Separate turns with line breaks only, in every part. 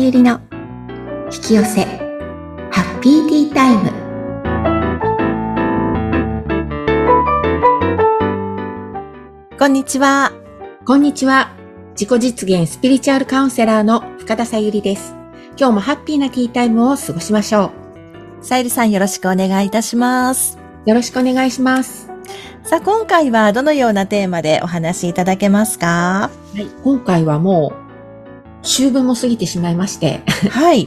ゆりの引き寄せハッピーティータイム
こんにちは。
こんにちは自己実現スピリチュアルカウンセラーの深田さゆりです今日もハッピーなティータイムを過ごしましょ
さゆりさんよろしくお願いいたします。
うよろしくお願いします
さあ、今回はどのようなテーマでお話しいただけますか
はい、今回はもう、秋分も過ぎてしまいまして、
はい。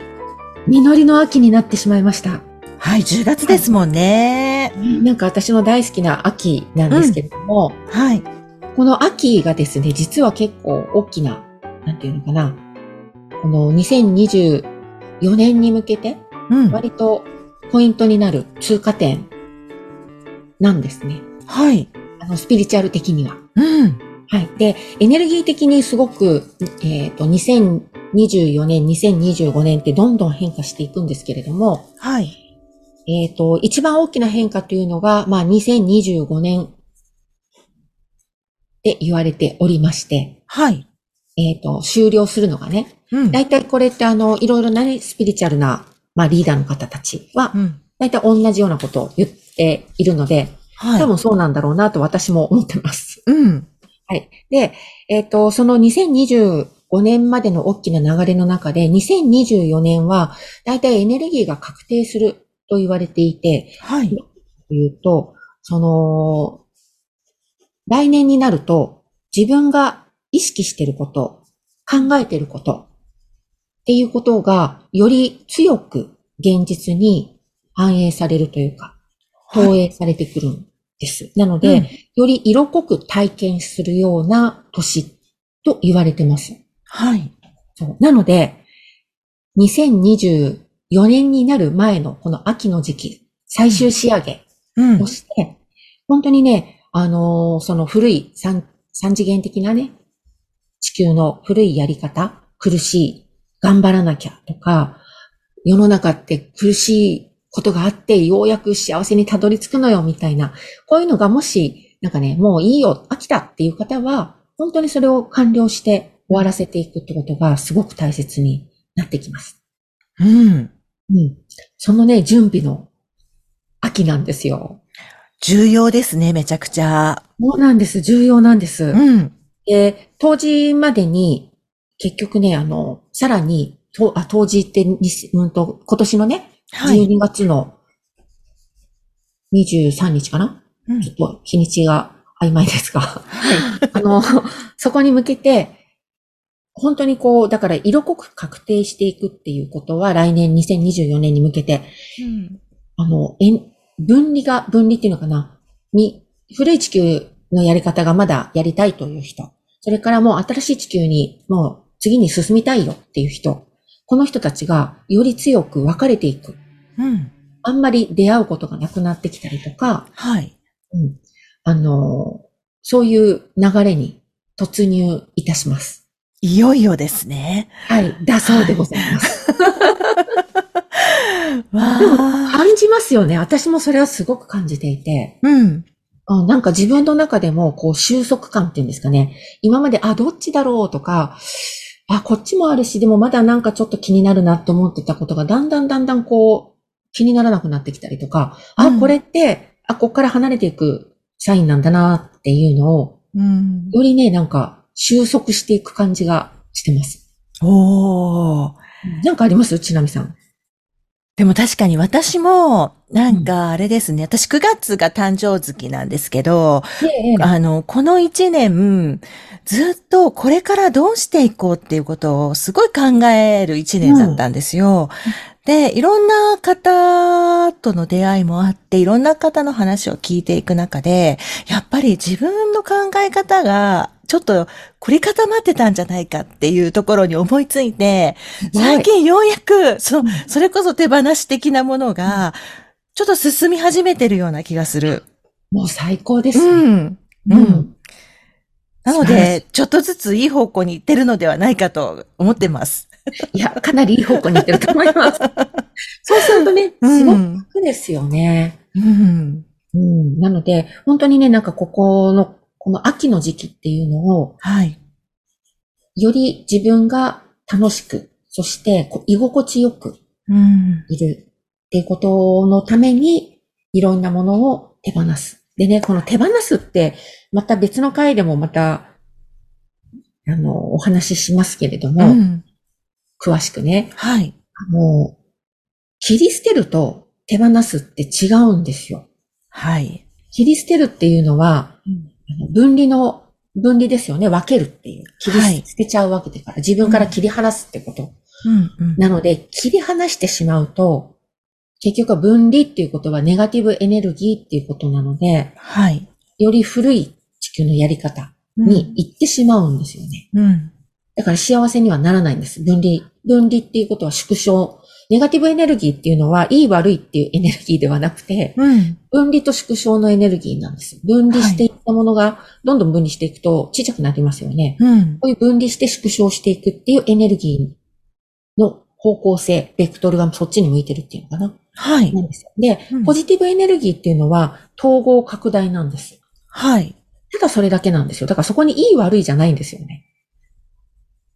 実りの秋になってしまいました。
はい、10月ですもんね。
なんか私の大好きな秋なんですけれども、
はい。
この秋がですね、実は結構大きな、なんていうのかな、この2024年に向けて、
うん。
割とポイントになる通過点なんですね。
はい。
あの、スピリチュアル的には。
うん。
はい。で、エネルギー的にすごく、えっ、と、2024年、2025年ってどんどん変化していくんですけれども、
はい。
えっ、と、一番大きな変化というのが、まあ、2025年って言われておりまして、
はい。
えっ、と、終了するのがね、
うん。
大体これってあの、いろいろなね、スピリチュアルな、まあ、リーダーの方たちは
う、ん。
大体同じようなことを言っているので、
はい。
多分そうなんだろうなと私も思ってます。
うん。
はい。で、えっ、と、その2025年までの大きな流れの中で、2024年は、だいたいエネルギーが確定すると言われていて、
はい。
というと、その、来年になると、自分が意識していること、考えていること、っていうことが、より強く現実に反映されるというか、投
はい
影されてくるんです。なので、
うん
より色濃く体験するような年と言われてます。
はい。
そうなので、2024年になる前のこの秋の時期、最終仕上げ
うん
と。して、本当にね、あのーその古い三三次元的なね、地球の古いやり方、苦しい、頑張らなきゃとか、世の中って苦しいことがあって、ようやく幸せにたどり着くのよ、みたいな。こういうのがもし、なんかね、もういいよ、飽きたっていう方は、本当にそれを完了して終わらせていくってことがすごく大切になってきます。
う
う
ん。
ん。そのね、準備の秋なんですよ。
重要ですね、めちゃくちゃ。
そうなんです。重要なんです。
うん。
で、当時までに、結局ね、あの、さらに、とあ当時ってに、うんと、今年のね、
はい。
12月の23日かな、
うん
ちょっと日にちが曖昧です が、はいあの、そこに向けて、本当にこう、だから色濃く確定していくっていうことは、来年2024年に向けて、
うん
あの、えん分離が、分離っていうのかなに、古い地球のやり方がまだやりたいという人、それからもう新しい地球にもう次に進みたいよっていう人、この人たちがより強く分かれていく。
うん。
あんまり出会うことがなくなってきたりとか、
はい。
うん、あの、そういう流れに突入いたします。
いよいよですね。
はい。だそうでございます。でも
わあ。
感じますよね。私もそれはすごく感じていて。
うん。
あなんか自分の中でも、こう、収束感っていうんですかね。今まで、あ、どっちだろうとか、あ、こっちもあるし、でもまだなんかちょっと気になるなと思ってたことが、だんだんだんだんこう、気にならなくなってきたりとか、あ、
うん
これって、あ、こっから離れていくサインなんだなっていうのを、
うん。
よりね、なんか、収束していく感じがしてます。
おー。
なんかありますちなみさん。
でも確かに私も、なんかあれですね、私9月が誕生月なんですけど、
ええ
あの、この1年、ずっとこれからどうしていこうっていうことをすごい考える1年だったんですよ。で、いろんな方との出会いもあって、いろんな方の話を聞いていく中で、やっぱり自分の考え方が、ちょっと凝り固まってたんじゃないかっていうところに思いついて、最近ようやく、その、それこそ手放し的なものが、ちょっと進み始めてるような気がする。
もう最高です
う
ね。
ん。う。
うん
なの
素晴ら
で、ちょっとずついい方向に行ってるのではないかと思ってます。
いや、かなりいい方向に行ってると思い ます。そうするとね、すごく
うん。
楽ですよね。
うん。
うん。なので、本当にね、なんかここの、この秋の時期っていうのを、
はい。
より自分が楽しく、そして、こ居心地よく
うん。
いるっていうことのために、いろんなものを手放す。でね、この手放すって、また別の回でもまた、あの、お話ししますけれど
う
も、
ん。
詳しくね。
はい。
もう、切り捨てると手放すって違うんですよ。
はい。
切り捨てるっていうのは、
うん
あの分離の、分離ですよね。分けるっていう。切
は
り
い
捨てちゃうわけだから、自分から切り離すってこと。
うん。うん
なので、切り離してしまうと、結局は分離っていうことはネガティブエネルギーっていうことなので、
はい。
より古い地球のやり方に行ってしまうんですよね。
うん。
だから幸せにはならないんです。分離。分離っていうことは縮小。ネガティブエネルギーっていうのは、いい悪いっていうエネルギーではなくて、
うん。
分離と縮小のエネルギーなんです。分離していったものが、どんどん分離していくと小さくなりますよね。
うん。
こういう分離して縮小していくっていうエネルギーの方向性、ベクトルがそっちに向いてるっていうのかな。
はい。
なんですよで、
うん
ポジティブエネルギーっていうのは統合拡大なんです。
はい。
ただそれだけなんですよ。だからそこにいい悪いじゃないんですよね。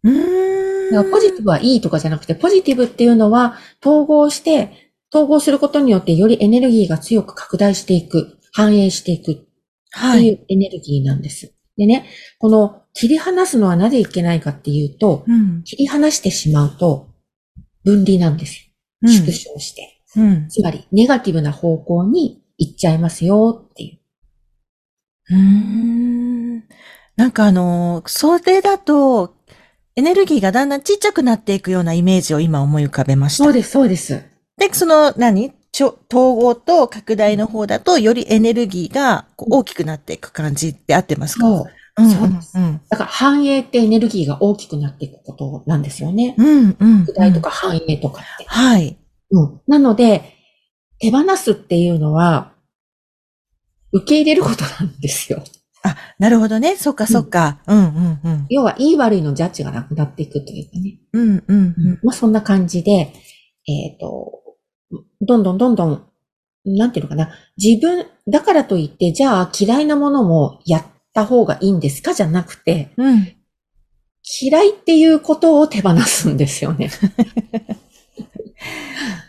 う
だか
ー
ら
ん。
ポジティブはいいとかじゃなくて、ポジティブっていうのは統合して、統合することによってよりエネルギーが強く拡大していく、反映していくっ
は
てい
い。
うエネルギーなんです。でね、この切り離すのはなぜいけないかっていうと、
うん。
切り離してしまうと分離なんです
う
よ。縮
ん
小して。
うん。
つまり、ネガティブな方向に行っちゃいますよっていう。
うーんなんかあの、それだと、エネルギーがだんだんちっちゃくなっていくようなイメージを今思い浮かべまし
そう
た。
です、そうです。
で、その何、ちょ統合と拡大の方だと、よりエネルギーがこう大きくなっていく感じって合ってますか
そう。
うん
そうです
うん。
だから、反映ってエネルギーが大きくなっていくことなんですよね。
うん、うん。
拡大とか反映とかって
うん。。はい。
うん。なので、手放すっていうのは、受け入れることなんですよ。
あ、なるほどね。そっかそっか。うん、うん、うん。
要は、いい悪いのジャッジがなくなっていくというかね。
うん、うん、うん。
まあそんな感じで、えっ、と、どんどんどんどん、なんていうのかな、自分、だからといって、じゃあ嫌いなものもやった方がいいんですかじゃなくて、
うん。
嫌いっていうことを手放すんですよ ね。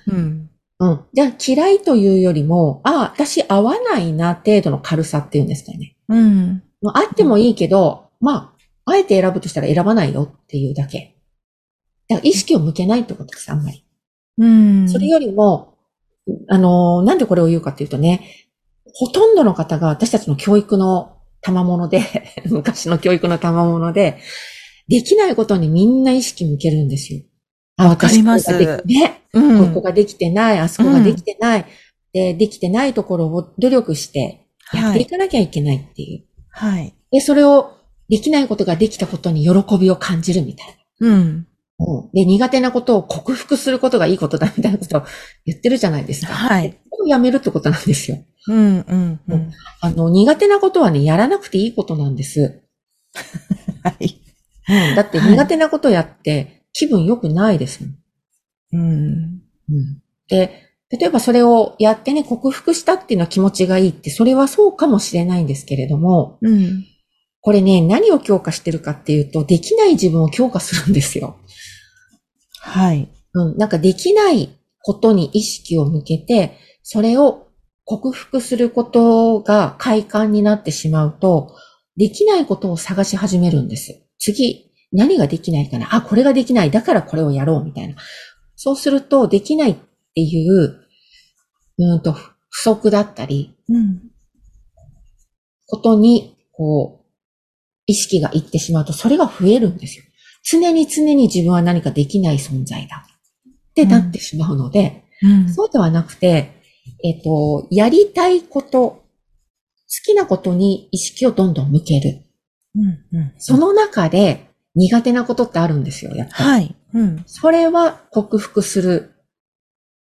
うん。
うん。じゃあ嫌いというよりも、ああ、私合わないな程度の軽さっていうんですかね。
うん。
まあ、あってもいいけど、まあ、あえて選ぶとしたら選ばないよっていうだけ。だから意識を向けないってことです、あんまり。
うん。
それよりも、あの、なんでこれを言うかっていうとね、ほとんどの方が私たちの教育の賜物で、 昔の教育の賜物で、できないことにみんな意識向けるんですよ。あ、
かります
私ここができね、
う
ここ
ん。
ができてない、あそこができてない、で、できてないところを努力してやっ
は
てい
い。
かなきゃいけないっていう。
はい。
で、それをできないことができたことに喜びを感じるみたいな。
うん。
うんで、苦手なことを克服することがいいことだみたいなことを言ってるじゃないですか。
はい。
これをやめるってことなんですよ。
うん、うん、うん。
あの、苦手なことはね、やらなくていいことなんです。
はい。
だって
はい
苦手なことやって気分良くないですもん。
う
う
ん。
んで、例えばそれをやってね、克服したっていうのは気持ちがいいって、それはそうかもしれないんですけれども、
うん。
これね、何を強化してるかっていうと、できない自分を強化するんですよ。
はい。
うん、なんかできないことに意識を向けて、それを克服することが快感になってしまうと、できないことを探し始めるんです。次、何ができないかなあ、これができない。だからこれをやろう、みたいな。そうすると、できないっていう、うーんと、不足だったり、
うん。
ことに、こう、意識がいってしまうと、それが増えるんですよ。常に常に自分は何かできない存在だ。ってなってしまうので、
うん。
そうではなくて、えっ、と、やりたいこと、好きなことに意識をどんどん向ける。
うん。うん。
その中で苦手なことってあるんですよ、やっぱり。
はい。うん。
それは克服する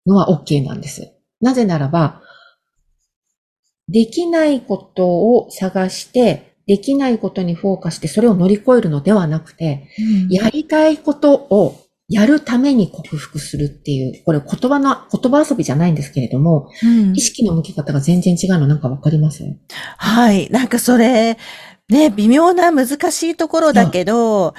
のは OK なんです。なぜならば、できないことを探して、できないことにフォーカスして、それを乗り越えるのではなくて、やりたいことをやるために克服するっていう、これ言葉の、言葉遊びじゃないんですけれども、
うん
意。識の向き方が全然違うのなんかわかります
はい。なんかそれ、ね、微妙な難しいところだけど、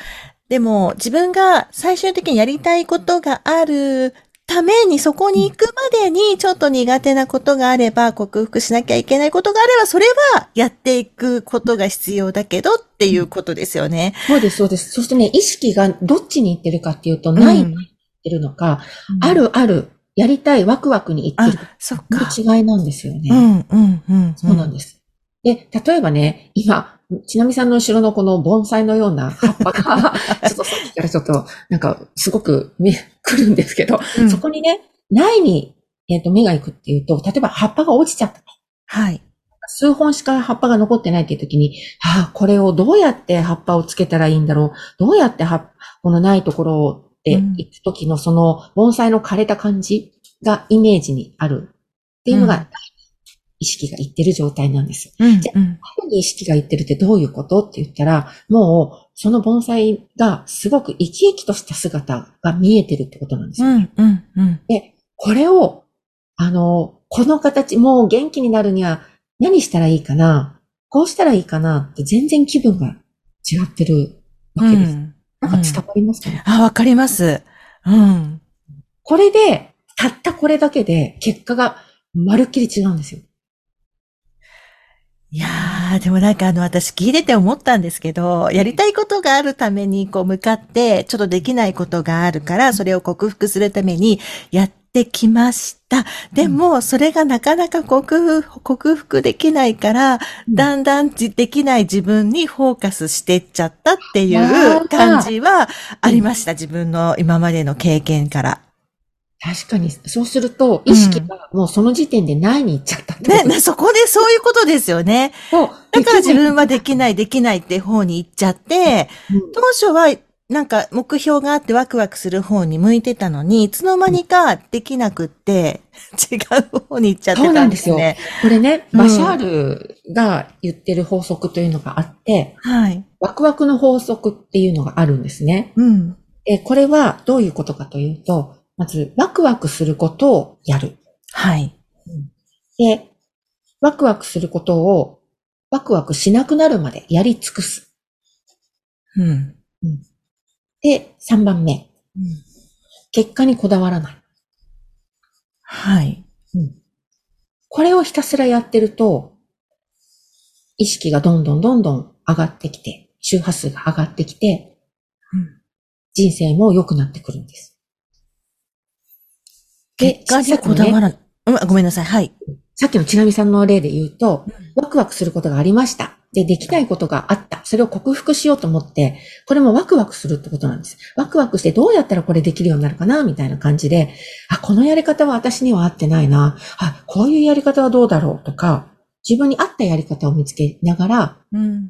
でも、自分が最終的にやりたいことがあるために、そこに行くまでに、ちょっと苦手なことがあれば、克服しなきゃいけないことがあれば、それはやっていくことが必要だけどっていうことですよね。
そうです、そうです。そしてね、意識がどっちに行ってるかっていうと、ないに行ってるのか、あるある、やりたいワクワクに行っ
あ
てる。、
そっか。
本当違いなんですよね。
うん、うん、うん。
そうなん
す。
です。で、例えばね、今、ちなみさんの後ろのこの盆栽のような葉っぱ が、ちょっとさっきからちょっと、なんか、すごく目、来るんですけど、
うん
そこにね、苗に、えっ、と、目が行くっていうと、例えば葉っぱが落ちちゃったとか。
はい。
数本しか葉っぱが残ってないっていう時に、ああ、これをどうやって葉っぱをつけたらいいんだろう。どうやって葉っこのないところをって
うん
行く時のその盆栽の枯れた感じがイメージにあるっていうの
うん
が、意識がいってる状態なんですよ
うん
じゃ、
うん。
何に意識がいってるってどういうことって言ったら、もう、その盆栽がすごく生き生きとした姿が見えてるってことなんです
う
よ。
ん、うん、うん。
で、これを、あの、この形、もう元気になるには何したらいいかなこうしたらいいかなって全然気分が違ってるわけです。
うん
なんか伝わりますかね、
あ、わかります。うん。
これで、たったこれだけで結果がまるっきり違うんですよ。
いやー、でもなんかあの、私聞いてて思ったんですけど、やりたいことがあるためにこう向かって、ちょっとできないことがあるから、それを克服するためにやってきました。でも、それがなかなか克服、克服できないから、だんだんじできない自分にフォーカスしてっちゃったってい
あ
う
ー
感じはありました。自分の今までの経験から。
確かに、そうすると、意識がもうその時点でないに行っちゃったってこと
ね、ねそこでそういうことですよね。
そう。
だから自分はできない、できないって方に行っちゃって、当初は、なんか目標があってワクワクする方に向いてたのに、いつの間にかできなくって、違う方に行っちゃってたんですね。
これね、
うん
バシャールが言ってる法則というのがあって、
はい。
ワクワクの法則っていうのがあるんですね。
うん。
え、これはどういうことかというと、まず、ワクワクすることをやる。
はい。
で、ワクワクすることを、ワクワクしなくなるまでやり尽くす。
うん。
で、3番目。結果にこだわらない。
はい。
これをひたすらやってると、意識がどんどんどんどん上がってきて、周波数が上がってきて、
うん
人生も良くなってくるんです。で
結果にこだわらない。うん、ごめんなさい。はい。
さっきのちなみさんの例で言うと、
う
ワクワクすることがありました。で、できないことがあった。それを克服しようと思って、これもワクワクするってことなんです。ワクワクしてどうやったらこれできるようになるかな、みたいな感じで、あ、このやり方は私には合ってないな。あ、こういうやり方はどうだろうとか、自分に合ったやり方を見つけながら、
うん。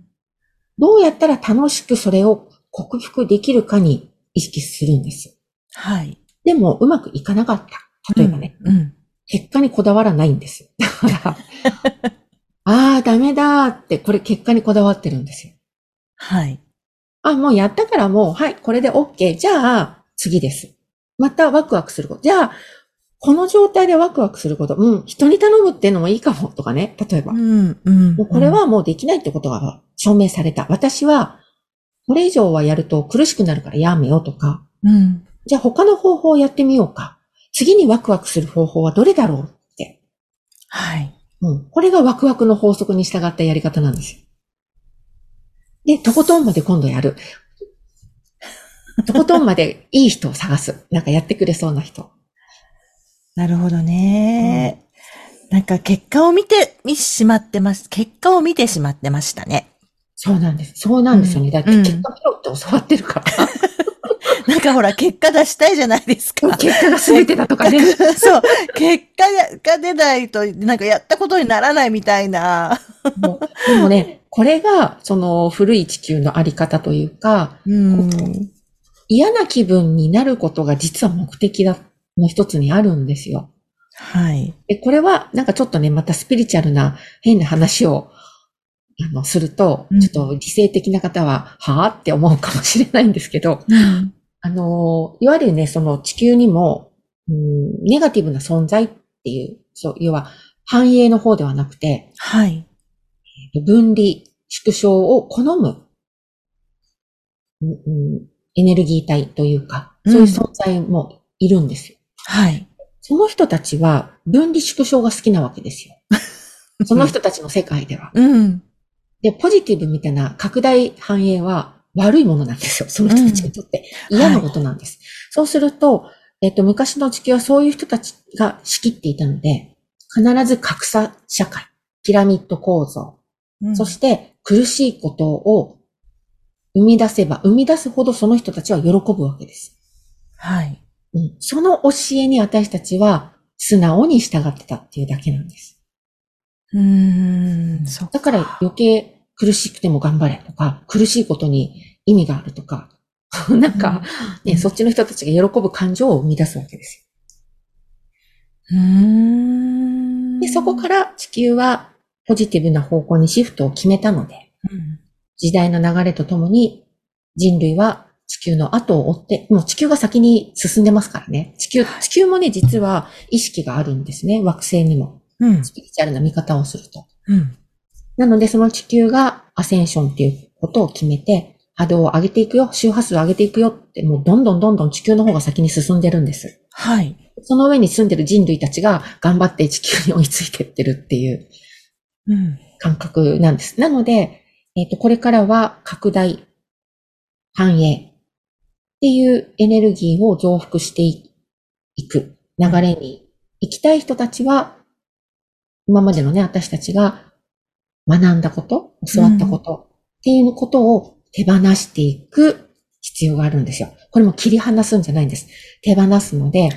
どうやったら楽しくそれを克服できるかに意識するんです。
はい。
でも、うまくいかなかった。例えばね、
うん。
結果にこだわらないんです。だ から、ああ、ダメだーって、これ結果にこだわってるんですよ。
はい。
あ、もうやったからもう、はい、これで OK。じゃあ、次です。またワクワクすること。じゃあ、この状態でワクワクすること。うん、人に頼むっていうのもいいかも、とかね。例えば。も
ん。うん
うこれ、はもうできないってことが証明された。私は、これ以上はやると苦しくなるからやめようとか。
うん。
じゃあ他の方法をやってみようか。次にワクワクする方法はどれだろうって。
はい。
うん。これがワクワクの法則に従ったやり方なんですよ。で、とことんまで今度やる。とことんまでいい人を探す。なんかやってくれそうな人。
なるほどね。なんか結果を見て、見しまってます。結果を見てしまってましたね。
そうなんです。そうなんですよね。
うん
だって
うん
結果見ろって教わってる から。
なんかほら、結果出したいじゃないです か。
結果が全てだとかね。
そう。結果が出ないと、なんかやったことにならないみたいな。
もうでもね、これがその古い地球のあり方というか、
うん。
嫌な気分になることが実は目的だ、の一つにあるんですよ。
はい。
で、これは、なんかちょっとね、またスピリチュアルな変な話を、あの、すると
う、ん
ちょっと理性的な方は、はぁって思うかもしれないんですけど、あの、いわゆるね、その地球にも、うん、ネガティブな存在っていう、そう、要は、繁栄の方ではなくて、
はい。
分離、縮小を好む、うんうんエネルギー体というか、そういう存在もいるんですよ。
はい。
その人たちは分離縮小が好きなわけです よ。その人たちの世界では。
うん。
で、ポジティブみたいな拡大反映は悪いものなんですよ。その人たちにとって。
うん
嫌なことなんです。そうすると、えっと、昔の地球はそういう人たちが仕切っていたので、必ず格差社会、ピラミッド構造、
うん
そして苦しいことを生み出せば、生み出すほどその人たちは喜ぶわけです。
はい。
うん、その教えに私たちは素直に従ってたっていうだけなんです。
うーん、そっか。
だから余計苦しくても頑張れとか、苦しいことに意味があるとか、 なんか、
うん
ね、そっちの人たちが喜ぶ感情を生み出すわけです
うーん。
よ。で、そこから地球はポジティブな方向にシフトを決めたので、
うん、
時代の流れとともに人類は地球の後を追って、もう地球が先に進んでますからね。地球、地球もね、実は意識があるんですね。惑星にも。
うん。
スピリチュアルな見方をすると。
うん。
なので、その地球がアセンションっていうことを決めて、波動を上げていくよ、周波数を上げていくよって、もうどんどんどんどん地球の方が先に進んでるんです。
はい。
その上に住んでる人類たちが頑張って地球に追いついてってるっていう
うん。
感覚なんです。なので、えっ、と、これからは拡大、繁栄っていうエネルギーを増幅していく流れに行きたい人たちは、今までのね、私たちが学んだこと、教わったことっていうことを手放していく必要があるんですよ。これも切り離すんじゃないんです。手放すので、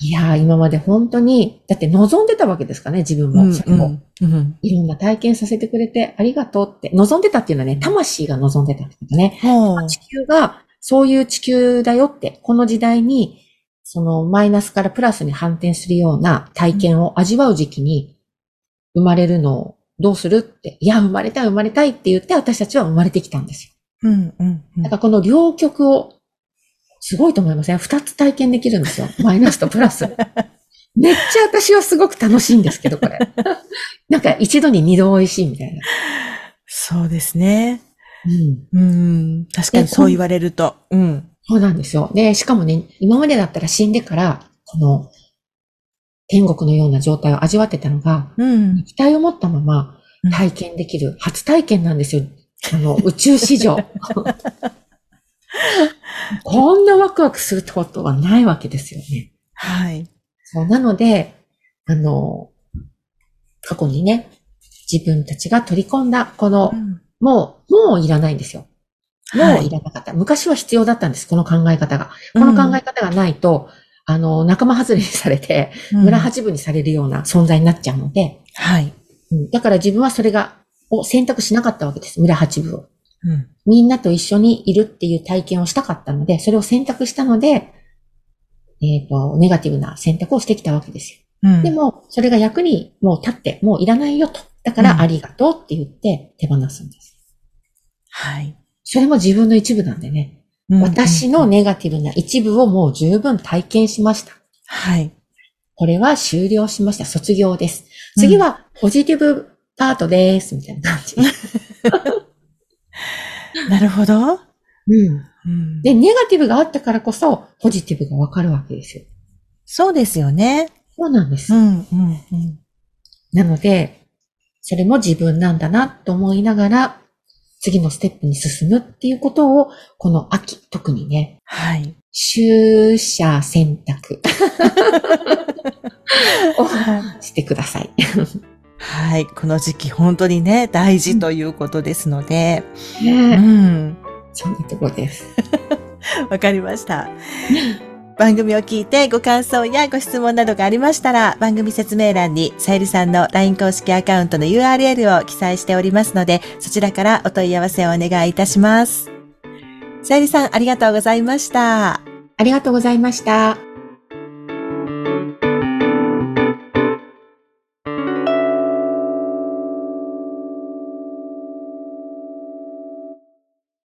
いやー、今まで本当に、だって望んでたわけですからね、自分
う
も。
ん
それも。
うん。
いろんな体験させてくれてありがとうって、望んでたっていうのはね、魂が望んでたってことね。
ほう。
地球が、そういう地球だよって、この時代に、そのマイナスからプラスに反転するような体験を味わう時期に生まれるのをどうするって、いや、生まれたい生まれたいって言って私たちは生まれてきたんですよ。
うん。うん。うん
だからこの両極を、すごいと思いません二つ体験できるんですよ。マイナスとプラス。めっちゃ私はすごく楽しいんですけど、これ。なんか一度に二度美味しいみたいな。
そうですね。
うん。
うん。確かに
で
そう言われると。うん。
そうなんですよ。で、しかもね、今までだったら死んでから、この、天国のような状態を味わってたのが、
うん。
期待を持ったまま
うん
体験できる、初体験なんですよ。あの、宇宙史 上。こんなワクワクすることはないわけですよね。
はい。
そう、なので、あの、過去にね、自分たちが取り込んだ、この、
ん。
もう、もういらないんですよ。
は
もう
い
いらなかった。昔は必要だったんです、この考え方が。この考え方がないと、あの、仲間外れにされて、
うん
村八分にされるような存在になっちゃうので、
はい。
うんだから自分はそれが、を選択しなかったわけです、村八分を。
うん。
みんなと一緒にいるっていう体験をしたかったので、それを選択したので、えっ、と、ネガティブな選択をしてきたわけですよ。
うん。
でも、それが役にもう立って、もういらないよと。だか
うん
ら、ありがとうって言って手放すんです。
はい。
それも自分の一部なんでね。
うん
私の。ネガティブな一部をもう十分体験しました。
はい。
これは終了しました。卒業です。次はポジティブパートです。みたいな感じ。
なるほど。
うん。
うん
で、ネガティブがあったからこそ、ポジティブがわかるわけですよ。
そうですよね。
そうなんです。
ん。うん。うん。
なので、それも自分なんだなと思いながら、次のステップに進むっていうことを、この秋、特にね、
はい。
就者選択 を
はい。
してください。
はい。この時期本当にね、大事ということですので。う
ねえ
ん。
そんなとこです。
わかりました。番組を聞いてご感想やご質問などがありましたら、番組説明欄にさゆりさんの LINE 公式アカウントの URL を記載しておりますので、そちらからお問い合わせをお願いいたします。さゆりさん、ありがとうございました。
ありがとうございました。